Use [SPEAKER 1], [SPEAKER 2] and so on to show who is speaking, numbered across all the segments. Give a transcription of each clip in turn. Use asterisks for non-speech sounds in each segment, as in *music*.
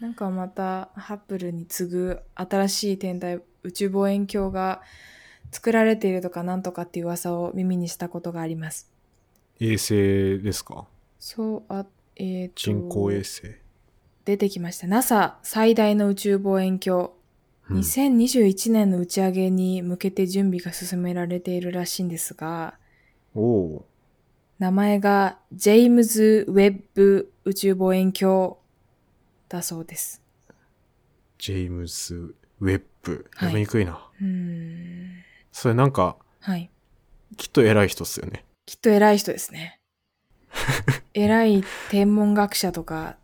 [SPEAKER 1] なんかまたハッブルに次ぐ新しい天体宇宙望遠鏡が作られているとかなんとかっていう噂を耳にしたことがあります。
[SPEAKER 2] 衛星ですか
[SPEAKER 1] そうあえーと
[SPEAKER 2] 人工衛星。
[SPEAKER 1] 出てきました NASA 最大の宇宙望遠鏡、
[SPEAKER 2] うん
[SPEAKER 1] 2021年の打ち上げに向けて準備が進められているらしいんですが
[SPEAKER 2] おお
[SPEAKER 1] 名前がジェイムズ・ウェッブ宇宙望遠鏡だそうです。
[SPEAKER 2] ー、ジェームズ・ウェッブ。
[SPEAKER 1] はい
[SPEAKER 2] 読みにくいな。
[SPEAKER 1] うーん
[SPEAKER 2] それなんか、
[SPEAKER 1] はい。
[SPEAKER 2] きっと偉い人っすよね。
[SPEAKER 1] きっと偉い人です
[SPEAKER 2] *laughs*
[SPEAKER 1] ね。偉い天文学者とか、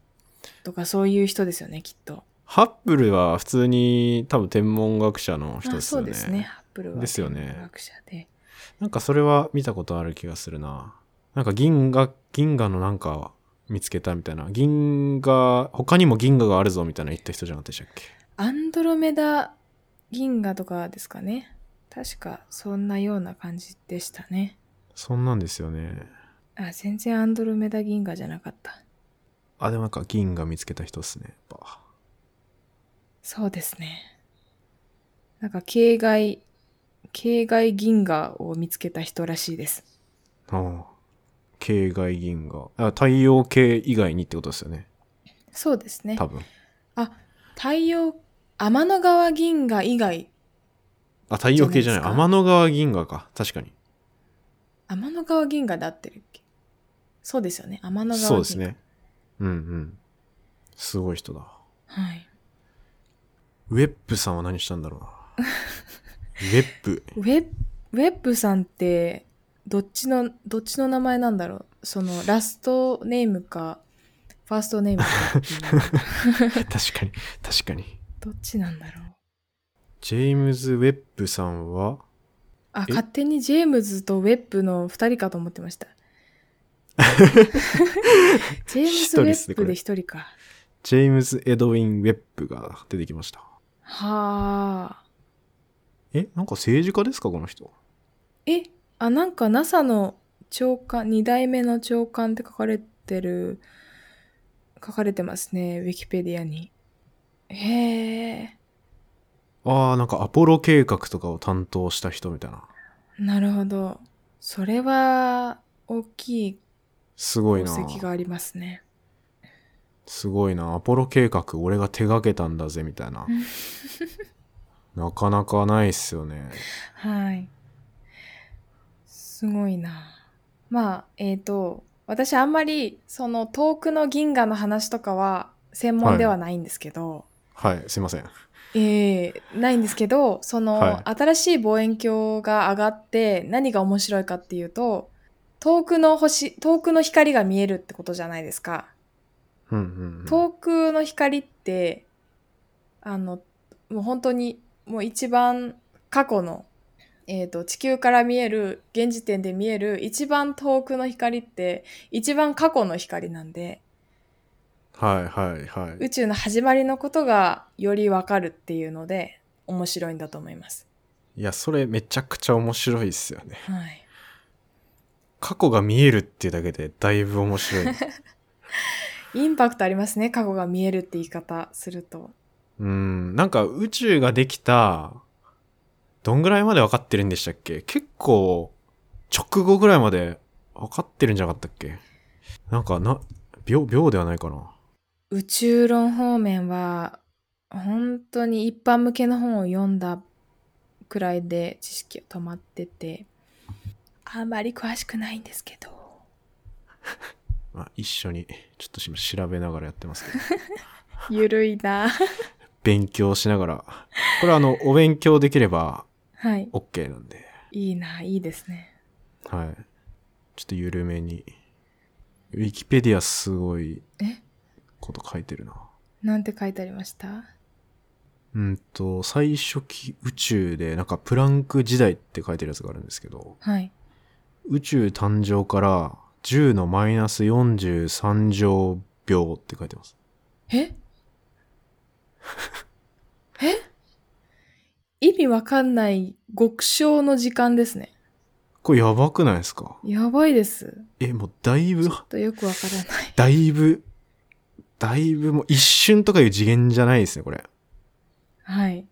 [SPEAKER 1] とかそういう人ですよね、きっと。
[SPEAKER 2] ハッブルは普通に多分天文学者の人
[SPEAKER 1] あ
[SPEAKER 2] です
[SPEAKER 1] そ
[SPEAKER 2] よ
[SPEAKER 1] う
[SPEAKER 2] ね。
[SPEAKER 1] ですね。ハッブルは
[SPEAKER 2] ですよね
[SPEAKER 1] 天文学者で。
[SPEAKER 2] なんかそれは見たことある気がするな。なんか銀河、銀河のなんか見つけたみたいな。銀河、他にも銀河があるぞみたいな言った人じゃなかったでしたっけ
[SPEAKER 1] アンドロメダ銀河とかですかね。確かそんなような感じでしたね。
[SPEAKER 2] そんなんですよね。
[SPEAKER 1] あ、全然アンドロメダ銀河じゃなかった。
[SPEAKER 2] あ、でもなんか銀河見つけた人っすね。やっぱ
[SPEAKER 1] そうですね。なんか、境外、境外銀河を見つけた人らしいです。
[SPEAKER 2] ああ。系外銀河。あ太陽系以外にってことですよね。
[SPEAKER 1] そうですね。
[SPEAKER 2] 多分。
[SPEAKER 1] 太陽、天の川銀河以外、
[SPEAKER 2] あ、太陽系じゃない。
[SPEAKER 1] じゃないですか
[SPEAKER 2] 天の川銀河か。確かに。
[SPEAKER 1] 天の川銀河で合ってるっけそうですよね。天の川銀河。
[SPEAKER 2] そうです。ね。うんうん。すごい人だ。
[SPEAKER 1] はい。
[SPEAKER 2] ウェッブさんは何したんだろ
[SPEAKER 1] *laughs*
[SPEAKER 2] うな。ウェッブ。
[SPEAKER 1] ウェブ、ウェブさんって、どっちの、どっちの名前なんだろうその、ラストネームか、ファーストネームかって
[SPEAKER 2] *laughs*
[SPEAKER 1] いう、
[SPEAKER 2] 確かに、確かに。
[SPEAKER 1] どっちなんだろう
[SPEAKER 2] ジェームズ・ウェッブさんは、
[SPEAKER 1] あ、
[SPEAKER 2] え
[SPEAKER 1] 勝手にジェームズとウェッブの2人かと思ってま
[SPEAKER 2] *laughs*
[SPEAKER 1] した。ジェームズ・ウ
[SPEAKER 2] 一人っす
[SPEAKER 1] ェ
[SPEAKER 2] ね
[SPEAKER 1] ッ
[SPEAKER 2] こ
[SPEAKER 1] ブ
[SPEAKER 2] れ
[SPEAKER 1] で1人か。
[SPEAKER 2] ジェームズ・エドウィン・ウェッブが出てきました。
[SPEAKER 1] はあ。
[SPEAKER 2] え、なんか政治家ですかこの人。
[SPEAKER 1] え、あ、なんか NASA の長官、2代目の長官って書かれてる、書かれてますね、ウィキペディアに。へえ、
[SPEAKER 2] ああ、なんかアポロ計画とかを担当した人みたいな。
[SPEAKER 1] なるほど。それは、大きい
[SPEAKER 2] すごい
[SPEAKER 1] 功
[SPEAKER 2] な。
[SPEAKER 1] 績がありますね。
[SPEAKER 2] すごいな。アポロ計画、俺が手がけたんだぜ、みたいな。なかなかないっすよね。
[SPEAKER 1] はい。すごいな。まあ、えっ、と、私あんまり、その遠くの銀河の話とかは専門ではないんですけど、
[SPEAKER 2] はい、すいません。
[SPEAKER 1] ええないんですけど、その、
[SPEAKER 2] は
[SPEAKER 1] 新しい望遠鏡が上がって何が面白いかっていうと、遠くの星、遠くの光が見えるってことじゃないですか。
[SPEAKER 2] うんうん、うん。
[SPEAKER 1] 遠くの光って、あの、もう本当に、もう一番過去の、えっ、と、地球から見える、現時点で見える一番遠くの光って、一番過去の光なんで、
[SPEAKER 2] はいはいはい。
[SPEAKER 1] 宇宙の始まりのことがよりわかるっていうので、面白いんだと思います。
[SPEAKER 2] いや、それめちゃくちゃ面白いっすよね。
[SPEAKER 1] はい。
[SPEAKER 2] 過去が見えるっていうだけでだいぶ面白い。
[SPEAKER 1] インパクトありますね、過去が見えるって言い方すると。
[SPEAKER 2] うん、なんか宇宙ができた、どんぐらいまで分かってるんでしたっけ結構、直後ぐらいまで分かってるんじゃなかったっけなんかな、秒、秒ではないかな。
[SPEAKER 1] 宇宙論方面は本当に一般向けの本を読んだくらいで知識が止まっててあんまり詳しくないんですけど
[SPEAKER 2] まあ、一緒に、ちょっと今調べながらやってますけど。 *laughs*
[SPEAKER 1] ゆるいな
[SPEAKER 2] 勉強しながら。これはあの、お勉強できれば
[SPEAKER 1] はい
[SPEAKER 2] OK なんで。
[SPEAKER 1] いいないいですね
[SPEAKER 2] はい。ちょっと緩めに。ウィキペディアすごい
[SPEAKER 1] え
[SPEAKER 2] こと書いてるな。
[SPEAKER 1] なんて書いてありました
[SPEAKER 2] うんと、最初期宇宙で、なんかプランク時代って書いてるやつがあるんですけど、
[SPEAKER 1] はい
[SPEAKER 2] 宇宙誕生から10のマイナス43乗秒って書いてます。
[SPEAKER 1] ええ意味わかんない極小の時間ですね
[SPEAKER 2] これやばくないですか
[SPEAKER 1] やばいです
[SPEAKER 2] え、もうだいぶ、
[SPEAKER 1] とよくわからない
[SPEAKER 2] だいぶだいぶもう一瞬とかいう次元じゃないですね、これ。
[SPEAKER 1] はい。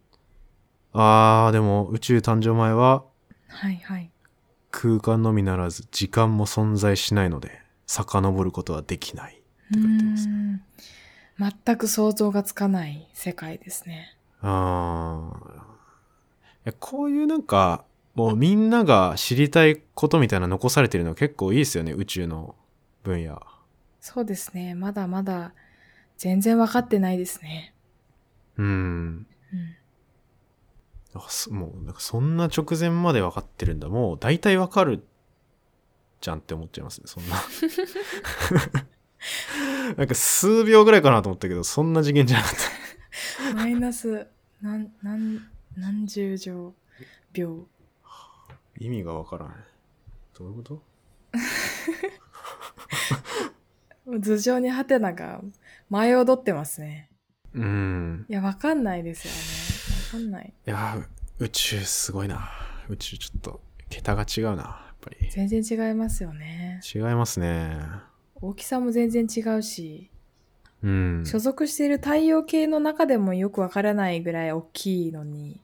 [SPEAKER 2] あー、でも宇宙誕生前は
[SPEAKER 1] はいはい。
[SPEAKER 2] 空間のみならず時間も存在しないので、遡ることはできない。
[SPEAKER 1] う
[SPEAKER 2] 書いてます
[SPEAKER 1] ん全く想像がつかない世界ですね。
[SPEAKER 2] あーいやこういうなんか、もうみんなが知りたいことみたいな残されてるの結構いいですよね、宇宙の分野。
[SPEAKER 1] そうですね。まだまだ全然分かってないですね。
[SPEAKER 2] うん。
[SPEAKER 1] うん、
[SPEAKER 2] あそもうなんかそんな直前まで分かってるんだ。もう大体分かるじゃんって思っちゃいますね、そんな。なんか数秒ぐらいかなと思ったけど、そんな次元じゃなかった。
[SPEAKER 1] マイナス何何何十乗秒。
[SPEAKER 2] 意味が分からない。どういうこと
[SPEAKER 1] 頭上にハテナが舞い踊ってますね。
[SPEAKER 2] うん。
[SPEAKER 1] いや、分かんないですよね。分かんない。
[SPEAKER 2] いやー、宇宙すごいな。宇宙ちょっと、桁が違うな。やっぱり。
[SPEAKER 1] 全然違いますよね。
[SPEAKER 2] 違いますね。
[SPEAKER 1] 大きさも全然違うし、
[SPEAKER 2] うん。
[SPEAKER 1] 所属している太陽系の中でもよく分からないぐらい大きいのに、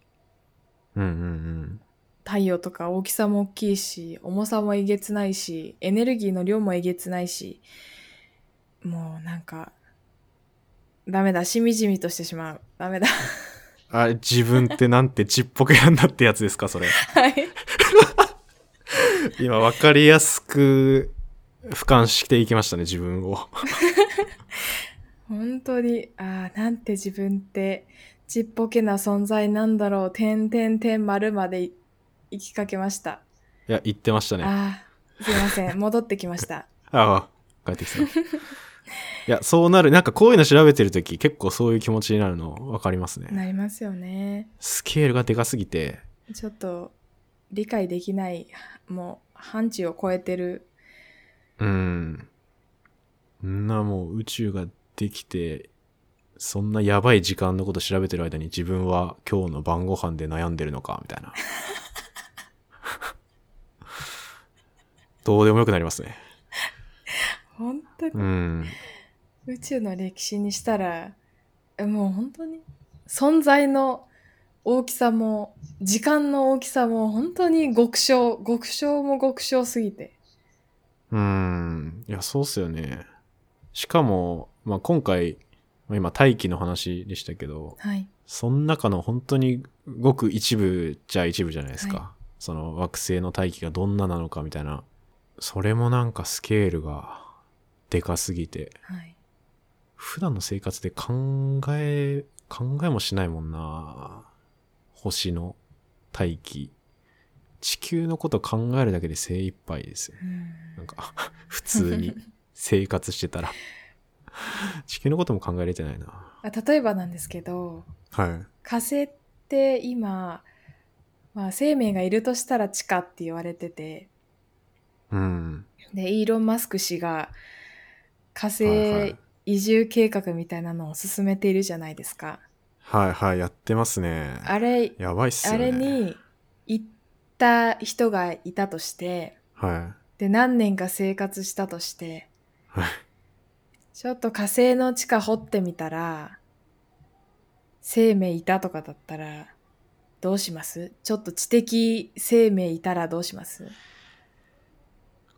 [SPEAKER 2] うんうん
[SPEAKER 1] 太陽とか大きさも大きいし重さもえげつないしエネルギーの量もえげつないしもうなんかダメだしみじみとしてしまうダメだ *laughs*
[SPEAKER 2] うん。あ、自分ってなんてちっぽけなんだってやつですか、それ。
[SPEAKER 1] はい
[SPEAKER 2] 今、わかりやすく、俯瞰していきましたね、自分を。
[SPEAKER 1] 本当にああなんて自分ってちっぽけな存在なんだろう点点点丸まで行きかけました、
[SPEAKER 2] いや、言ってましたね。
[SPEAKER 1] ああすいません戻ってきました
[SPEAKER 2] ああ、帰ってきた。いや、そうなる。なんかこういうの調べてるとき、結構そういう気持ちになるのわかりますね。
[SPEAKER 1] なりますよね
[SPEAKER 2] スケールがでかすぎて、
[SPEAKER 1] ちょっと理解できないもう範疇を超えてる
[SPEAKER 2] うん。んなもう宇宙ができて、そんなやばい時間のこと調べてる間に自分は今日の晩ご飯で悩んでるのか、みた
[SPEAKER 1] *laughs*
[SPEAKER 2] いな。どうでもよくなりますね。
[SPEAKER 1] 本当に
[SPEAKER 2] うん。
[SPEAKER 1] 宇宙の歴史にしたらえもう本当に存在の大きさも時間の大きさも本当に極小極小も極小すぎて
[SPEAKER 2] うん。いや、そうっすよね。しかも、まあ、今回、まあ今、大気の話でしたけど、
[SPEAKER 1] はい
[SPEAKER 2] その中の本当にごく一部じゃ一部じゃないですか。
[SPEAKER 1] は
[SPEAKER 2] その惑星の大気がどんななのかみたいな。それもなんかスケールがでかすぎて、
[SPEAKER 1] はい
[SPEAKER 2] 普段の生活で考え、考えもしないもんな。星の大気。地球のこと考えるだけで精一杯ですよね。
[SPEAKER 1] うん
[SPEAKER 2] なんか、 *laughs* 普通に生活してたら。 *laughs* 地球のことも考えれてないな。
[SPEAKER 1] あ例えばなんですけど
[SPEAKER 2] はい。
[SPEAKER 1] 火星って今、まあ、生命がいるとしたら地下って言われてて
[SPEAKER 2] うん。
[SPEAKER 1] でイーロン・マスク氏が火
[SPEAKER 2] はいは
[SPEAKER 1] 星
[SPEAKER 2] い
[SPEAKER 1] 移住計画みたいなのを進めているじゃないですか。
[SPEAKER 2] はいはい、やってますね。
[SPEAKER 1] あれ
[SPEAKER 2] やばいっすよ
[SPEAKER 1] あ
[SPEAKER 2] ね。
[SPEAKER 1] れに行った人がいたとして
[SPEAKER 2] は
[SPEAKER 1] で何年か生活したとして
[SPEAKER 2] はい
[SPEAKER 1] ちょっと火星の地下掘ってみたら生命いたとかだったらどうしますちょっと知的生命いたらどうします
[SPEAKER 2] い。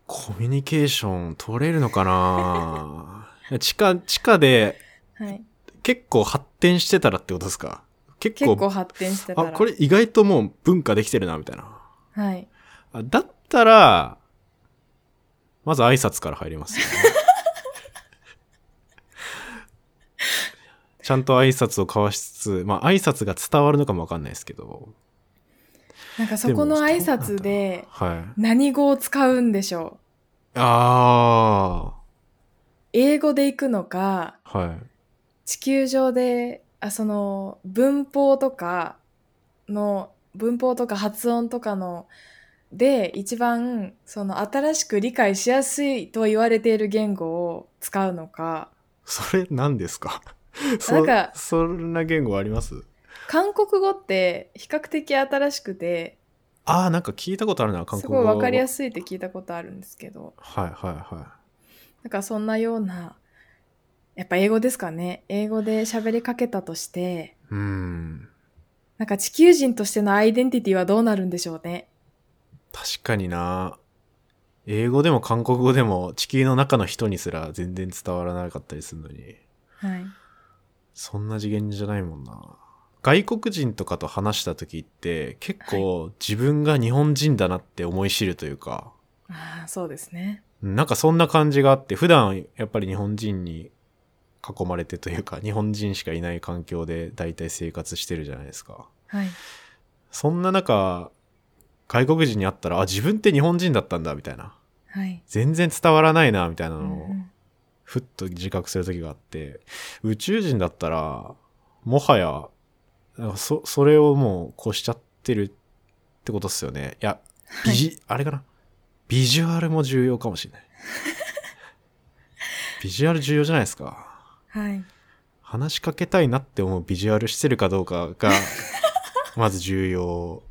[SPEAKER 2] コミュニケーション取れるのかな *laughs* 地下、地下で
[SPEAKER 1] はい
[SPEAKER 2] 結構発展してたらってことですか結構
[SPEAKER 1] 結構発展してたら
[SPEAKER 2] あ、これ意外ともう文化できてるな、みたいな。
[SPEAKER 1] はい
[SPEAKER 2] あだったら、まず挨拶から入りま
[SPEAKER 1] *laughs*
[SPEAKER 2] すよね、ちゃんと挨拶を交わしつつ、まあ挨拶が伝わるのかもわかんないですけど。
[SPEAKER 1] なんかそこの
[SPEAKER 2] も
[SPEAKER 1] 挨拶で
[SPEAKER 2] どうなんだろうはい。
[SPEAKER 1] 何語を使うんでしょう
[SPEAKER 2] あ
[SPEAKER 1] 英語で行くのか
[SPEAKER 2] あ。はい。
[SPEAKER 1] 地球上であその文法とかの文法とか発音とかので一番その新しく理解しやすいと言われている言語を使うのか
[SPEAKER 2] それ何ですか
[SPEAKER 1] な
[SPEAKER 2] そ
[SPEAKER 1] んか
[SPEAKER 2] そんな言語あります
[SPEAKER 1] 韓国語って比較的新しくて
[SPEAKER 2] ああ、なんか聞いたことあるな、韓
[SPEAKER 1] す
[SPEAKER 2] 国語。
[SPEAKER 1] ごい分かりや
[SPEAKER 2] すい。
[SPEAKER 1] すいって聞いたことあるんですけど
[SPEAKER 2] はいはいは
[SPEAKER 1] なんかそんなようなやっぱ英語ですかね。英語で喋りかけたとして、
[SPEAKER 2] うん。
[SPEAKER 1] なんか地球人としてのアイデンティティはどうなるんでしょうね。
[SPEAKER 2] 確かにな。英語でも韓国語でも地球の中の人にすら全然伝わらなかったりするのに。
[SPEAKER 1] はい。
[SPEAKER 2] そんな次元じゃないもんな。外国人とかと話した時って結構自分が日本人だなって思い知るというか、
[SPEAKER 1] ああ、そうですね。
[SPEAKER 2] なんかそんな感じがあって、普段やっぱり日本人に囲まれてというか、日本人しかいない環境で大体生活してるじゃないですか。
[SPEAKER 1] はい。
[SPEAKER 2] そんな中、外国人に会ったら、あ、自分って日本人だったんだ、みたいな。
[SPEAKER 1] はい。
[SPEAKER 2] 全然伝わらないな、みたいな
[SPEAKER 1] う
[SPEAKER 2] のを
[SPEAKER 1] んうん
[SPEAKER 2] ふっと自覚する時があって、宇宙人だったら、もはや、なんかそ、それをもう越しちゃってるってことっすよね。いや、ビジ、あれかな。ビジュアルも重要かもしれ
[SPEAKER 1] *laughs*
[SPEAKER 2] ない。ビジュアル重要じゃないですか。
[SPEAKER 1] はい。
[SPEAKER 2] 話しかけたいなって思うビジュアルしてるかどうか
[SPEAKER 1] *laughs*
[SPEAKER 2] が、まず重要。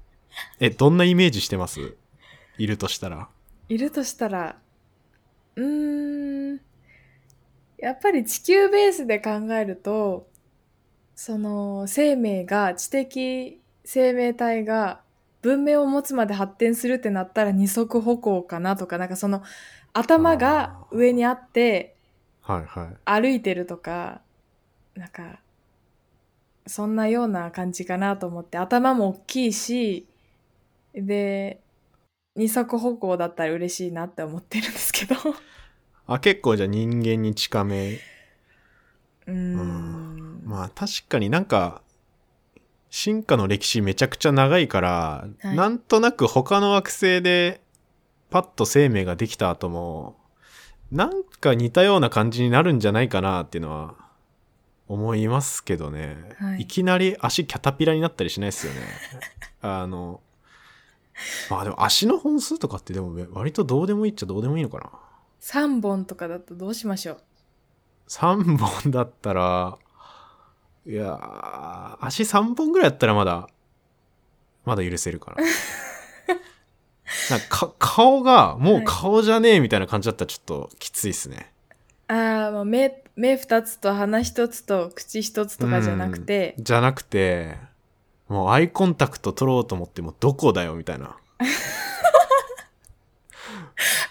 [SPEAKER 2] え、どんなイメージしてますいるとしたら。
[SPEAKER 1] いるとしたら、うーん、やっぱり地球ベースで考えると、その生命が知的生命体が文明を持つまで発展するってなったら二足歩行かなとか、なんかその頭が上にあって
[SPEAKER 2] はいはい。
[SPEAKER 1] 歩いてるとか、なんか、そんなような感じかなと思って、頭も大きいし、で、二足歩行だったら嬉しいなって思ってるんですけど。 *laughs*
[SPEAKER 2] あ、結構じゃあ人間に近め
[SPEAKER 1] うーん。
[SPEAKER 2] まあ確かになんか進化の歴史めちゃくちゃ長いから、
[SPEAKER 1] はい
[SPEAKER 2] なんとなく他の惑星でパッと生命ができた後もなんか似たような感じになるんじゃないかなっていうのは思いますけどね、
[SPEAKER 1] はい
[SPEAKER 2] きなり足キャタピラになったりしないです
[SPEAKER 1] *laughs*
[SPEAKER 2] よねあのまあでも足の本数とかってでも割とどうでもいいっちゃどうでもいいのかな
[SPEAKER 1] 3本とかだとどうしましょう
[SPEAKER 2] 3本だったら、いやー、足3本ぐらいだったらまだ、まだ許せるから。
[SPEAKER 1] *laughs*
[SPEAKER 2] なんかか顔が、も
[SPEAKER 1] は
[SPEAKER 2] う
[SPEAKER 1] い
[SPEAKER 2] 顔じゃねえみたいな感じだったらちょっときついっすね。
[SPEAKER 1] ああ、もう目、目2つと鼻1つと口1つとかじゃなくて、
[SPEAKER 2] じゃなくて、もうアイコンタクト取ろうと思ってもどこだよみたいな。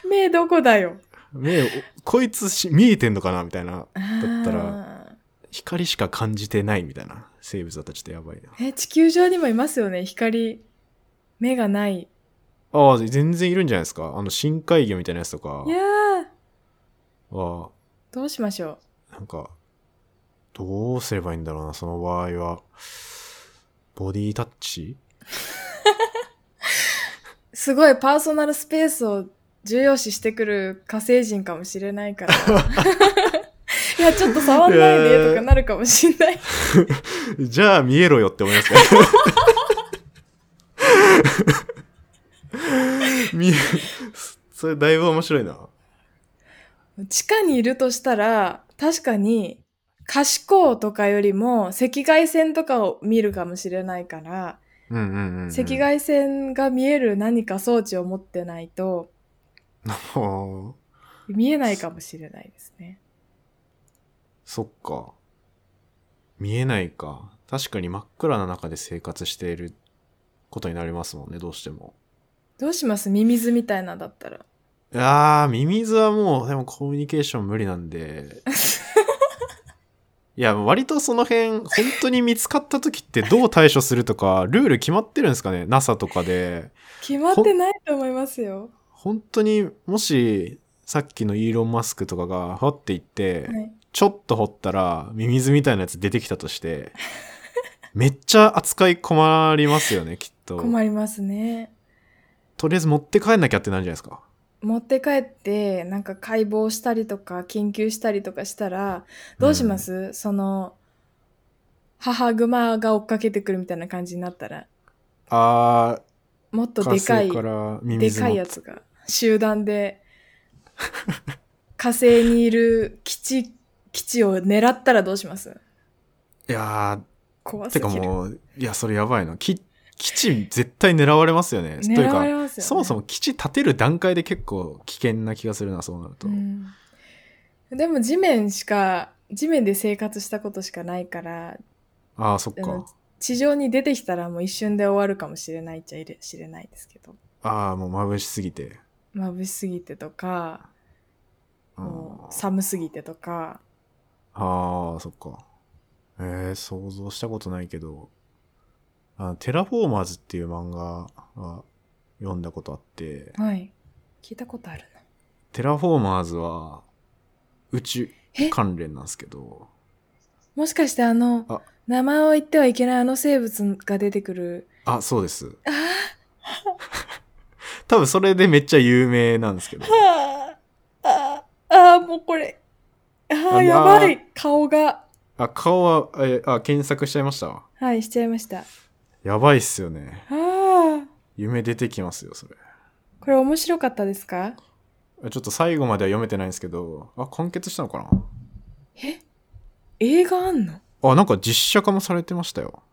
[SPEAKER 1] 目どこだよ
[SPEAKER 2] 目を、こいつし見えてんのかなみたいな。だった
[SPEAKER 1] ら。
[SPEAKER 2] 光しか感じてないみたいな。生物だったらちょっとやばいな。
[SPEAKER 1] え、地球上にもいますよね、光。目がない。
[SPEAKER 2] ああ、全然いるんじゃないですか。あの深海魚みたいなやつとか
[SPEAKER 1] いやー、
[SPEAKER 2] は、
[SPEAKER 1] どうしましょ
[SPEAKER 2] なんか、どうすればいいんだろうな、その場合は。ボディタッチ
[SPEAKER 1] う。すごいパーソナルスペースを重要視してくる火星人かもしれない
[SPEAKER 2] *laughs*
[SPEAKER 1] から。いや、ちょっと触んないでとかなるかもしれない。
[SPEAKER 2] *laughs* じゃあ見えろよって思い *laughs* ますね。見え、それだいぶ面白いな。
[SPEAKER 1] 地下にいるとしたら、確かに、可視光とかよりも赤外線とかを見るかもしれないから、
[SPEAKER 2] うんうんうん、うん。
[SPEAKER 1] 赤。外線が見える何か装置を持ってないと、見えないかもしれないですね。
[SPEAKER 2] そっか。見えないか。確かに真っ暗な中で生活していることになりますもんね、どうしても。
[SPEAKER 1] どうしますミミズみたいなだったら。
[SPEAKER 2] いやー、ミミズはもう、でもコミュニケーション無理な
[SPEAKER 1] *laughs*
[SPEAKER 2] んで。いや、割とその辺、本当に見つかった時ってどう対処するとか、ルール決まってるんですかね ?NASA とかで。
[SPEAKER 1] 決まってないと思いますよ。
[SPEAKER 2] 本当にもし、さっきのイーロン・マスクとかが、ほっていって、
[SPEAKER 1] はい。
[SPEAKER 2] ちょっと掘ったら、ミミズみたいなやつ出てきたとして、めっちゃ扱い困りますよね、きっと。
[SPEAKER 1] 困りますね。
[SPEAKER 2] とりあえず持って帰んなきゃってなるんじゃないですか。
[SPEAKER 1] 持って帰って、なんか解剖したりとか、研究したりとかしたら、どうします、その、母グマが追っかけてくるみたいな感じになったら、
[SPEAKER 2] あ
[SPEAKER 1] もっと
[SPEAKER 2] ー、
[SPEAKER 1] でかい、
[SPEAKER 2] 火星からミミ
[SPEAKER 1] で
[SPEAKER 2] ズ
[SPEAKER 1] か
[SPEAKER 2] 持っ
[SPEAKER 1] いやつが、集団で、 *laughs* 火星にいる基地、基地を狙ったらどうします
[SPEAKER 2] いや
[SPEAKER 1] 怖
[SPEAKER 2] ー、
[SPEAKER 1] す
[SPEAKER 2] てか
[SPEAKER 1] ぎる。
[SPEAKER 2] もう、いや、それやばいな。き基地絶対狙われますよね。という
[SPEAKER 1] 狙わ
[SPEAKER 2] か、
[SPEAKER 1] れますよ、ね。
[SPEAKER 2] そもそも基地建てる段階で結構危険な気がするな、そうなると。
[SPEAKER 1] うんでも地面しか地面で生活したことしかないから
[SPEAKER 2] ああ、そっ
[SPEAKER 1] あの
[SPEAKER 2] か。
[SPEAKER 1] 地上に出てきたらもう一瞬で終わるかもしれないっちゃいれ知れないですけど
[SPEAKER 2] ああ、もう眩しすぎて。
[SPEAKER 1] 眩しすぎてとか
[SPEAKER 2] うん
[SPEAKER 1] もう寒すぎてとか
[SPEAKER 2] ああ、そっか。えー、想像したことないけど、あの、テラフォーマーズっていう漫画は読んだことあって、
[SPEAKER 1] はい聞いたことあるな
[SPEAKER 2] テラフォーマーズは宇宙
[SPEAKER 1] え
[SPEAKER 2] 関連なんですけど、
[SPEAKER 1] もしかしてあの
[SPEAKER 2] あ
[SPEAKER 1] 名前を言ってはいけないあの生物が出てくる
[SPEAKER 2] あ、そうです。 *laughs*
[SPEAKER 1] あ
[SPEAKER 2] 多分それでめっちゃ有名なんですけど
[SPEAKER 1] ー、は *laughs* ああーあーもうこれあ
[SPEAKER 2] あ
[SPEAKER 1] あ
[SPEAKER 2] ー
[SPEAKER 1] やばい顔が
[SPEAKER 2] あ、顔は、えあ、検索しちゃいました。
[SPEAKER 1] はいしちゃいましたあ
[SPEAKER 2] やばいっすよね。
[SPEAKER 1] あ
[SPEAKER 2] 夢出てきますよ、それ。
[SPEAKER 1] これ面白かったですか
[SPEAKER 2] あちょっと最後までは読めてないんですけど、あ、完結したのか
[SPEAKER 1] え映画あんの
[SPEAKER 2] なあ、なんか実写化もされてましたよ。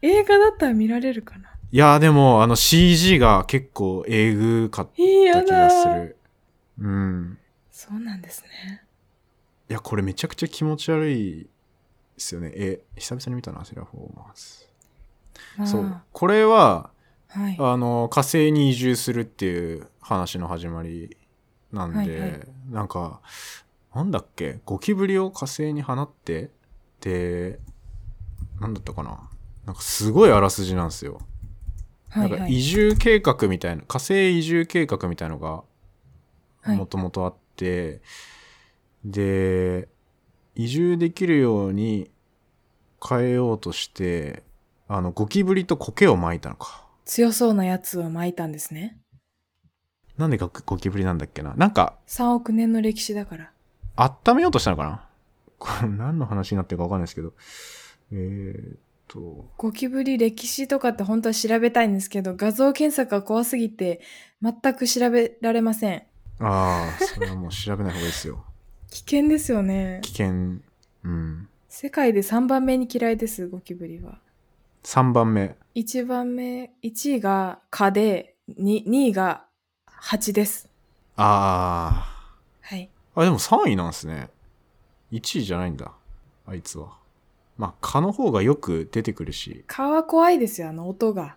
[SPEAKER 1] 映画だったら見られるかない
[SPEAKER 2] やーでも、あの CG が結構えぐかっ
[SPEAKER 1] いい
[SPEAKER 2] た
[SPEAKER 1] や
[SPEAKER 2] 気が
[SPEAKER 1] だ
[SPEAKER 2] す
[SPEAKER 1] ー
[SPEAKER 2] る。うん。
[SPEAKER 1] そうなんですね
[SPEAKER 2] いや、これめちゃくちゃ気持ち悪いですよね。え、久々に見たな、セラフォーマー
[SPEAKER 1] まあ
[SPEAKER 2] ズ。そう。これは、
[SPEAKER 1] はい
[SPEAKER 2] あの、火星に移住するっていう話の始まりなんで、
[SPEAKER 1] はいはい
[SPEAKER 2] なんか、なんだっけ、ゴキブリを火星に放って、で、なんだったかな。なんかすごいあらすじなんですよ。
[SPEAKER 1] はい
[SPEAKER 2] なん
[SPEAKER 1] は
[SPEAKER 2] か
[SPEAKER 1] い
[SPEAKER 2] 移住計画みたいな、火星移住計画みたいのが
[SPEAKER 1] はい
[SPEAKER 2] もともとあって、で移住できるように変えようとしてあのゴキブリと苔を巻いたのか
[SPEAKER 1] 強そうなやつを巻いたんですね
[SPEAKER 2] なんでゴゴキブリなんだっけななんか
[SPEAKER 1] 3億年の歴史だから
[SPEAKER 2] 温めようとしたのかな *laughs* これ何の話になってるかわかんないですけどえー、っと
[SPEAKER 1] ゴキブリ歴史とかって本当は調べたいんですけど画像検索が怖すぎて全く調べられません
[SPEAKER 2] ああそれはもう調べない方がいいですよ
[SPEAKER 1] 危険ですよね
[SPEAKER 2] 危険うん
[SPEAKER 1] 世界で3番目に嫌いですゴキブリは
[SPEAKER 2] 3番目
[SPEAKER 1] 1番目1位が蚊で 2, 2位が蜂です
[SPEAKER 2] ああ
[SPEAKER 1] はい
[SPEAKER 2] あ、でも3位なんですね。1位じゃないんだ。あいつは。まあ、蚊の方がよく出てくるし。
[SPEAKER 1] 蚊は怖いですよあの音が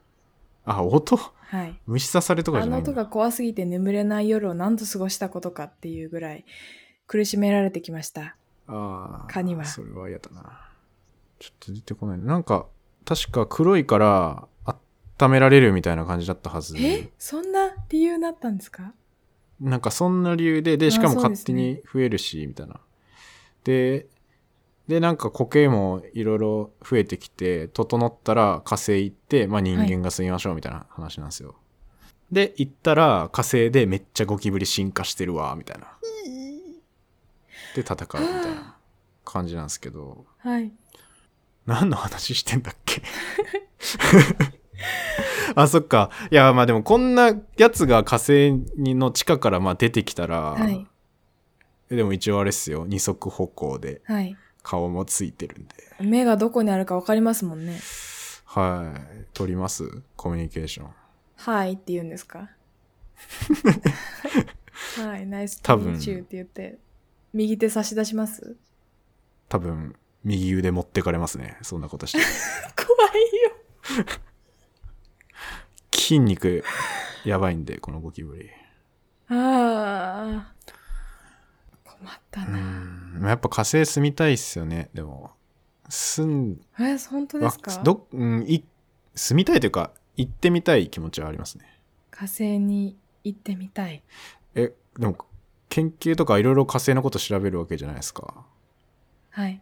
[SPEAKER 2] あ、音
[SPEAKER 1] はい
[SPEAKER 2] 虫刺されとか
[SPEAKER 1] あ
[SPEAKER 2] じゃな
[SPEAKER 1] の
[SPEAKER 2] いんだ
[SPEAKER 1] 音が怖すぎて眠れない夜を何度過ごしたことかっていうぐらい苦しめられてきました
[SPEAKER 2] あー
[SPEAKER 1] 蚊には
[SPEAKER 2] それは嫌だな。ちょっと出てこないな。なんか、確か黒いから温められるみたいな感じだったはず。
[SPEAKER 1] えそんな理由になったんですか
[SPEAKER 2] なんかそんな理由で、で、しかも
[SPEAKER 1] あそう
[SPEAKER 2] 勝
[SPEAKER 1] です
[SPEAKER 2] 手
[SPEAKER 1] ね
[SPEAKER 2] に増えるし、みたいな。で、で、なんか苔もいろいろ増えてきて、整ったら火星行って、まあ人間が住みましょうみたいな話なんですよ。で、行ったら火星でめっちゃゴキブリ進化してるわ、みたいな。で、戦うみたいな感じなんですけど、
[SPEAKER 1] はい
[SPEAKER 2] 何の話してんだっけ *laughs* あ、そっか。いや、まあでもこんなやつが火星の地下からまあ出てきたら、
[SPEAKER 1] はい
[SPEAKER 2] えでも一応あれっすよ二足歩行で
[SPEAKER 1] はい
[SPEAKER 2] 顔もついてるんで
[SPEAKER 1] 目がどこにあるか分かりますもんね
[SPEAKER 2] はい取りますコミュニケーション
[SPEAKER 1] はいって言うんです
[SPEAKER 2] *laughs*
[SPEAKER 1] かはいナイス
[SPEAKER 2] 多分
[SPEAKER 1] meet you って言って右手差し出します
[SPEAKER 2] 多分右腕持ってかれますねそんなことして
[SPEAKER 1] *laughs*
[SPEAKER 2] *laughs*
[SPEAKER 1] 怖いよ
[SPEAKER 2] 筋肉やばいんでこのゴキブリ
[SPEAKER 1] ああ困った
[SPEAKER 2] う
[SPEAKER 1] な、
[SPEAKER 2] んまあやっぱ火星住みたいっすよねでも住ん
[SPEAKER 1] え本当ですか
[SPEAKER 2] わど、うん、い住みたいというか行ってみたい気持ちはありますね
[SPEAKER 1] 火星に行ってみたい
[SPEAKER 2] えでも研究とかいろいろ火星のこと調べるわけじゃないですか
[SPEAKER 1] はい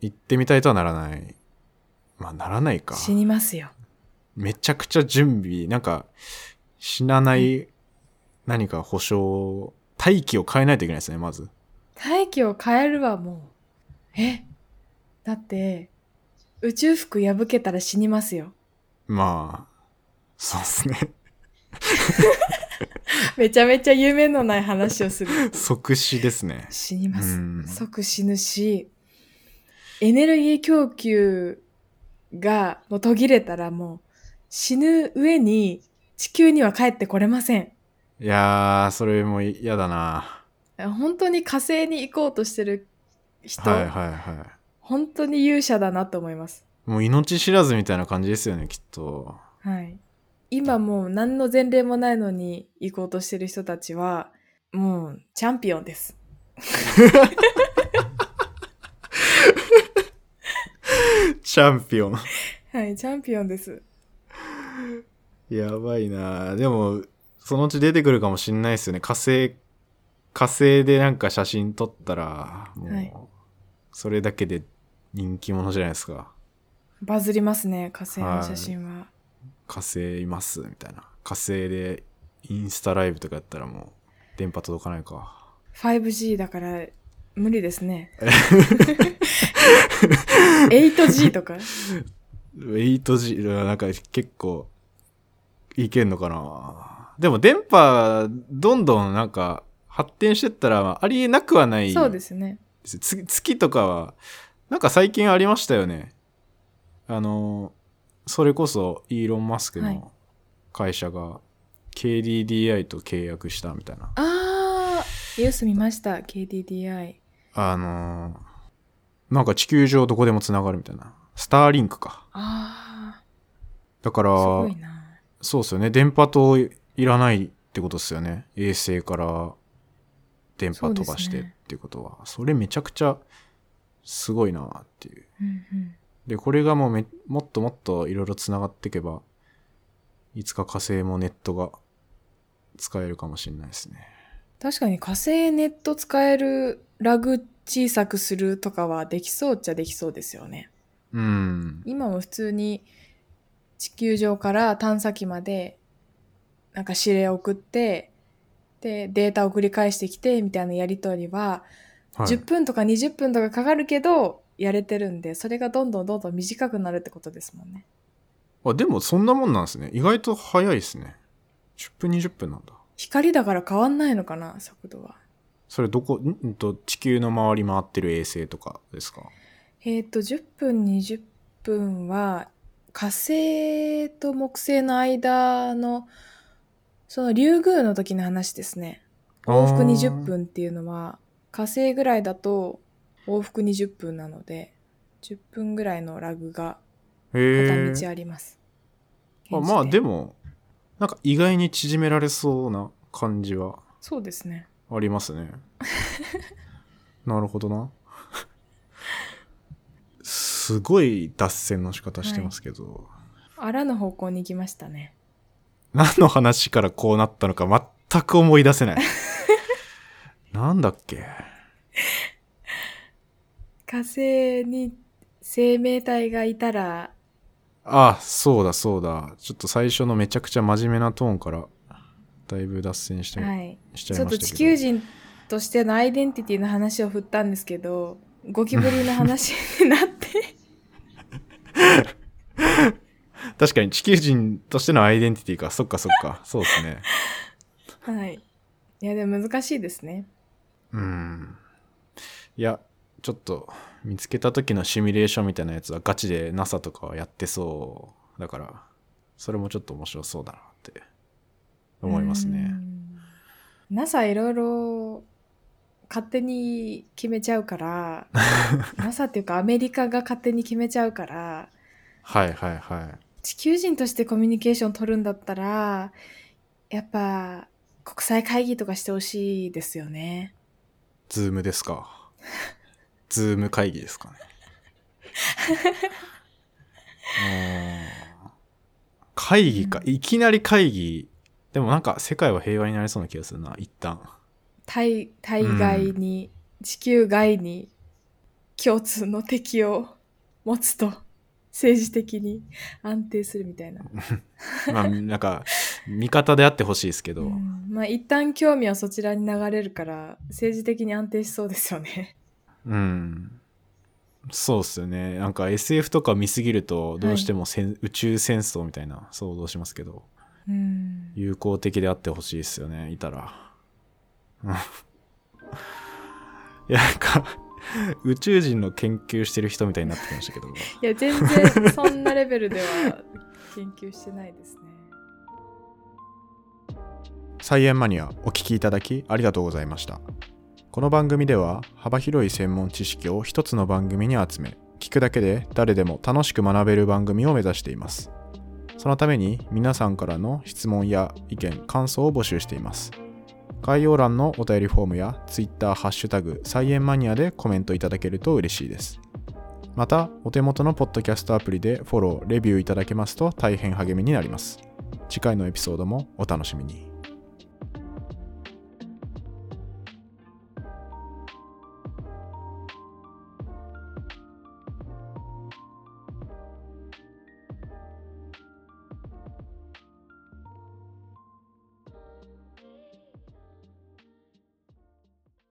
[SPEAKER 2] 行ってみたいとはならないまあならないか
[SPEAKER 1] 死にますよ
[SPEAKER 2] めちゃくちゃ準備、なんか、死なない何か保証、大気を変えないといけないですね、まず。
[SPEAKER 1] 大気を変えるはもうえだって宇宙服破けたら死にますよ *laughs*
[SPEAKER 2] まあ、そうですね。 *laughs*
[SPEAKER 1] めちゃめちゃ夢のない話をする
[SPEAKER 2] 即死ですね。
[SPEAKER 1] 死にま
[SPEAKER 2] うん
[SPEAKER 1] す即死ぬしエネルギー供給がもう途切れたらもう死ぬ上に地球には帰ってこれません
[SPEAKER 2] いやー、それも嫌だな。
[SPEAKER 1] 本当に火星に行こうとしてる人、
[SPEAKER 2] はいはいは
[SPEAKER 1] 本当に勇者だなと思います。
[SPEAKER 2] い。もう命知らずみたいな感じですよね、きっと。
[SPEAKER 1] はい、今もう何の前例もないのに行こうとしてる人たちはもうチャンピオンです。
[SPEAKER 2] チャンピオン。 *laughs*
[SPEAKER 1] はい、チャンピオンです。
[SPEAKER 2] やばいなでも、そのうち出てくるかもしんないですよね。火星、火星でなんか写真撮ったら、もう、
[SPEAKER 1] はい
[SPEAKER 2] それだけで人気者じゃないですか。
[SPEAKER 1] バズりますね、火星の写真は。
[SPEAKER 2] 火星います、みたいな。火星でインスタライブとかやったらもう、電波届かないか。
[SPEAKER 1] 5G だから無理です *laughs* ね。8G とか。
[SPEAKER 2] 8G、なんか結構、いけんのかなでも電波、どんどんなんか、発展してったら、ありえなくはない。
[SPEAKER 1] そうですね。
[SPEAKER 2] です月月とかはなんか最近ありましたよねあのそれこそイーロン・マスク
[SPEAKER 1] はい
[SPEAKER 2] の会社が KDDI と契約したみたいな、
[SPEAKER 1] あー、ニュース見ました、KDDI。
[SPEAKER 2] あのなんか地球上どこでもつながるみたいなスターリンクか
[SPEAKER 1] あ
[SPEAKER 2] だから
[SPEAKER 1] ー、すごいな。
[SPEAKER 2] そうですよね電波塔いらないってことですよね衛星から電波飛ばし
[SPEAKER 1] そうで
[SPEAKER 2] てっ
[SPEAKER 1] すね
[SPEAKER 2] ていうことはそれめちゃくちゃすごいなっていう
[SPEAKER 1] うんうん
[SPEAKER 2] で、これがもうめ、もっともっといろいろ繋がっていけば、いつか火星もネットが使えるかもしれないですね。
[SPEAKER 1] 確かに火星ネット使えるラグ小さくするとかはできそうっちゃできそうですよね。
[SPEAKER 2] うん。
[SPEAKER 1] 今も普通に地球上から探査機までなんか指令を送ってでデータを繰り返してきてみたいなやり取りは
[SPEAKER 2] はい
[SPEAKER 1] 10。分とか20分とかかかるけどやれてるんでそれがどんどんどんどん短くなるってことですもんね。
[SPEAKER 2] あ、でもそんなもんなんですね。意外と早いですね。10分、20分なんだ。
[SPEAKER 1] 光だから変わんないのかな速度は。
[SPEAKER 2] それどこ、んんと、地球の周り回ってる衛星とかですか
[SPEAKER 1] えっ、と10分20分は火星と木星の間のそのリュウグウの時の話ですね往復20。分っていうのは火星ぐらいだと往復20分なので10分ぐらいのラグが
[SPEAKER 2] あー
[SPEAKER 1] 片
[SPEAKER 2] へ
[SPEAKER 1] 道
[SPEAKER 2] え。
[SPEAKER 1] あります、
[SPEAKER 2] あまあで
[SPEAKER 1] も
[SPEAKER 2] も、なんか意外に縮められそうな感じは
[SPEAKER 1] そうですね
[SPEAKER 2] あります
[SPEAKER 1] *laughs*
[SPEAKER 2] ね。なるほどな。すごい脱線の仕方してますけど、
[SPEAKER 1] あらぬ方向に行きましたね
[SPEAKER 2] 何の話からこうなったのか全く思い出せ
[SPEAKER 1] *laughs*
[SPEAKER 2] ない。なんだっけ
[SPEAKER 1] 火星に生命体がいたら
[SPEAKER 2] あ、そうだそうだ。ちょっと最初のめちゃくちゃ真面目なトーンからだいぶ脱線して、
[SPEAKER 1] はい
[SPEAKER 2] しちゃ
[SPEAKER 1] ち
[SPEAKER 2] い
[SPEAKER 1] ょっ
[SPEAKER 2] ましたけど。
[SPEAKER 1] と地球人としてのアイデンティティの話を振ったんですけどゴキブリの話にな *laughs* って
[SPEAKER 2] 確かに地球人としてのアイデンティティか。そっかそっか。そうですね。
[SPEAKER 1] はいいやでも難しいですね
[SPEAKER 2] うん。いや、ちょっと見つけた時のシミュレーションみたいなやつはガチで NASA とかはやってそうだから、それもちょっと面白そうだなって思います
[SPEAKER 1] う
[SPEAKER 2] ね。
[SPEAKER 1] ん NASA いろいろ勝手に決めちゃうから *laughs* NASA っていうかアメリカが勝手に決めちゃうから
[SPEAKER 2] はいはいはい。
[SPEAKER 1] 地球人としてコミュニケーション取るんだったらやっぱ国際会議とかしてほしいですよね
[SPEAKER 2] ズームですか。
[SPEAKER 1] *laughs*
[SPEAKER 2] ズーム会議ですか
[SPEAKER 1] *laughs*
[SPEAKER 2] ね。うーん会議か。いきなり会議。でもなんか世界は平和になりそうな気がするな、一旦。
[SPEAKER 1] 対対外に、地球外に共通の敵を持つと政治的に安定するみたいな、
[SPEAKER 2] まあなんか、味方であってほしいですけど。
[SPEAKER 1] うんまあ一旦興味はそちらに流れるから政治的に安定しそうですよね
[SPEAKER 2] うん。そうっすよね。なんか SF とか見すぎると、どうしてもせん、宇宙戦争みたいな想像しますけど、
[SPEAKER 1] うん
[SPEAKER 2] 友好的であってほしいっすよね、いたら。 *laughs* うん。いや、なんか、宇宙人の研究してる人みたいになってきましたけど。
[SPEAKER 1] いや全然そんなレベルでは研究してないですね
[SPEAKER 2] サイエンマニア、お聞きいただきありがとうございました。この番組では幅広い専門知識を一つの番組に集め聞くだけで誰でも楽しく学べる番組を目指していますそのために皆さんからの質問や意見感想を募集しています概要欄のお便りフォームや Twitter ハッシュタグ菜園マニアでコメントいただけると嬉しいですまたお手元のポッドキャストアプリでフォローレビューいただけますと大変励みになります次回のエピソードもお楽しみに